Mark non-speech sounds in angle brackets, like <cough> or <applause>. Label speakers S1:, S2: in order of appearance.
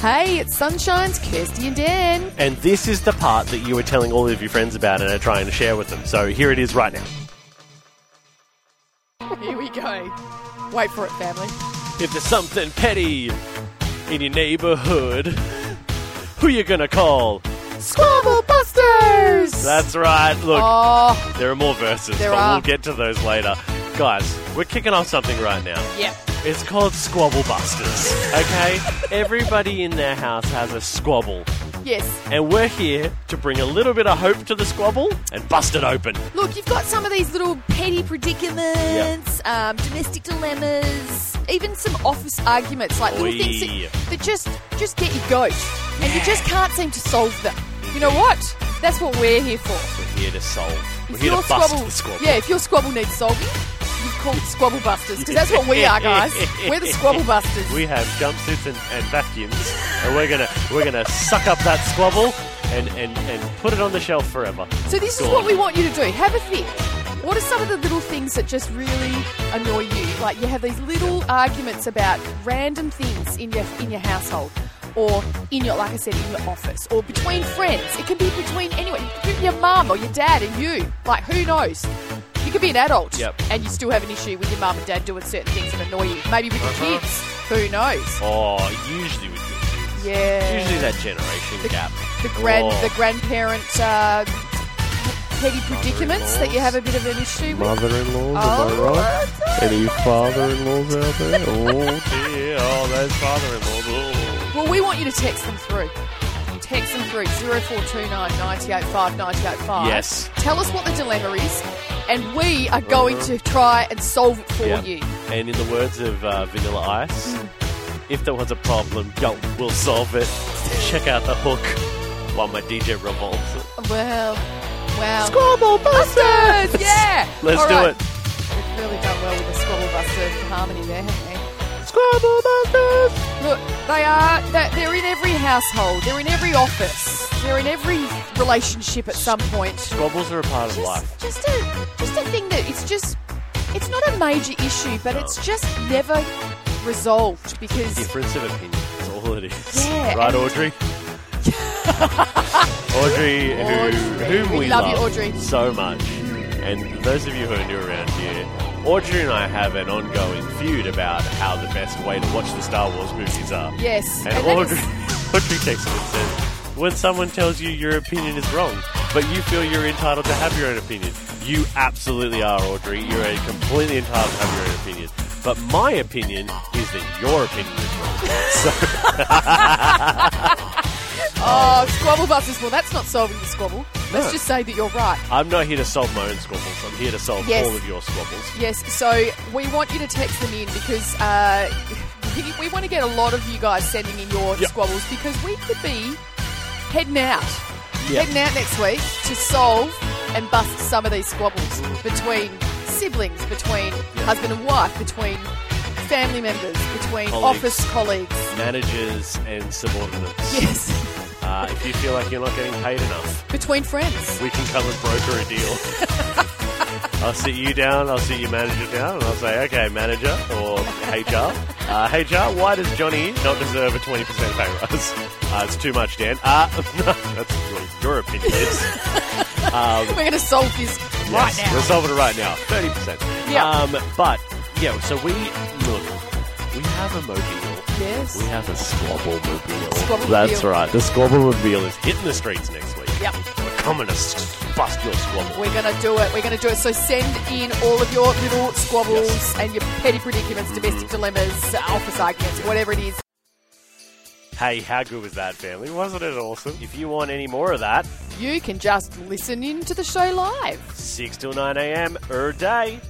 S1: Hey, it's Sunshine's Kirsty and Dan.
S2: And this is the part that you were telling all of your friends about and are trying to share with them. So here it is right now.
S1: Here we go. Wait for it, family.
S2: If there's something petty in your neighborhood, who you gonna call?
S1: Squabble Busters!
S2: That's right. Look,
S1: Oh,
S2: there are more verses,
S1: There
S2: but
S1: are.
S2: we'll get to those later. Guys, we're kicking off something right now.
S1: yeah.
S2: It's called Squabble Busters, okay?
S1: <laughs>
S2: Everybody in their house has a squabble,
S1: Yes.
S2: and we're here to bring a little bit of hope to the squabble and bust it open.
S1: Look, you've got some of these little petty predicaments, um, domestic dilemmas, even some office arguments, like little
S2: Oi.
S1: things that, that just just get you goat, and you just can't seem to solve them. You know what? That's what we're here for.
S2: We're here to solve. Mm-hmm. We're
S1: If
S2: here
S1: your
S2: to bust
S1: squabble,
S2: the squabble.
S1: yeah, if your squabble needs solving, you've called Squabble Busters because that's what we are, guys. We're the Squabble Busters.
S2: We have jumpsuits and, and vacuums, and we're gonna we're gonna suck up that squabble and, and, and put it on the shelf forever.
S1: So this is
S2: Go
S1: what
S2: on.
S1: we want you to do. Have a think. What are some of the little things that just really annoy you? Like you have these little arguments about random things in your in your household, or in your like I said in your office, or between friends. It can be between anyone, between your mum or your dad and you. Like who knows? You could be an adult
S2: Yep.
S1: and you still have an issue with your mum and dad doing certain things that annoy you. Maybe with your kids. Who knows?
S2: Uh-huh. Oh, usually with your kids.
S1: Yeah.
S2: Usually that generation gap.
S1: the grand
S2: Oh.
S1: the grandparent uh, petty predicaments that you have a bit of an issue with.
S3: Mother-in-laws,
S1: Oh,
S3: am I right? Any father-in-laws out
S2: <laughs>
S3: there? Oh,
S2: Yeah, oh, those Oh. father-in-law.
S1: Well, we want you to text them through. Text them through 0429 985 985.
S2: Yes.
S1: Tell us what the dilemma is, and we are going to try and solve it for
S2: Yeah.
S1: you. Mm.
S2: And in the words of uh, Vanilla Ice, if there was a problem, yo, we'll solve it. Check out the hook while my DJ revolves it.
S1: Well, well.
S2: Squabble
S1: Busters! Yeah!
S2: <laughs> Let's
S1: All
S2: do
S1: right.
S2: it.
S1: We've really done well with the Squabble Buster harmony there, haven't we?
S2: Squabble Busters!
S1: Look, they are. They're they're in every household. They're in every office. They're in every relationship at some point.
S2: Squabbles are a part of life.
S1: just, just a just a thing that it's just it's not a major issue, but it's just never resolved because
S2: Difference of opinion is all it is.
S1: Yeah,
S2: right,
S1: and- <laughs>
S2: Audrey? Audrey, who,
S1: Audrey.
S2: whom we,
S1: We love you, Audrey.
S2: so much. And those of you who are new around here, Audrey and I have an ongoing feud about how the best way to watch the Star Wars movies are.
S1: yes,
S2: And
S1: that
S2: Audrey,
S1: is-
S2: <laughs> Audrey texts me and says, when someone tells you your opinion is wrong, but you feel you're entitled to have your own opinion, you absolutely are, Audrey. You're uh, completely entitled to have your own opinion. But my opinion is that your opinion is wrong. So,
S1: oh squabble buses. Well, that's not solving the squabble. Let's
S2: No.
S1: just say that you're right.
S2: I'm not here to solve my own squabbles. I'm here to solve
S1: Yes.
S2: all of your squabbles.
S1: Yes, so we want you to text them in because uh, <laughs> we, we want to get a lot of you guys sending in your
S2: Yeah.
S1: squabbles because we could be heading out,
S2: Yeah.
S1: heading out next week to solve and bust some of these squabbles between siblings, between
S2: Yeah.
S1: husband and wife, between family members, between
S2: Colleagues.
S1: office colleagues. <laughs>
S2: Managers and subordinates.
S1: Yes,
S2: Uh, if you feel like you're not getting paid enough,
S1: between friends.
S2: we can come and broker a deal.
S1: <laughs>
S2: I'll sit you down, I'll sit your manager down, and I'll say, okay, manager or HR, uh, HR, why does Johnny not deserve a 20% pay rise? Uh, it's too much, Dan. Uh, <laughs> that's what your
S1: <laughs>
S2: opinion is.
S1: We're going to solve this right
S2: Yes,
S1: now.
S2: We're solving it right now. 30%.
S1: Yeah.
S2: Um, but, yeah, so we, look, we have a mobile.
S1: Yes.
S2: We have a squabble mobile.
S1: Squabble
S2: That's
S1: mobile.
S2: right. The squabble mobile is hitting the streets next week.
S1: Yep.
S2: We're coming to s- bust your squabble.
S1: We're going to do it. We're going to do it. So send in all of your little squabbles
S2: Yes.
S1: and your petty predicaments, domestic dilemmas, office arguments, whatever it is.
S2: Hey, how good was that, family? Wasn't it awesome? If you want any more of that,
S1: You can just listen in to the show live.
S2: 6 till 9 a.m. er day.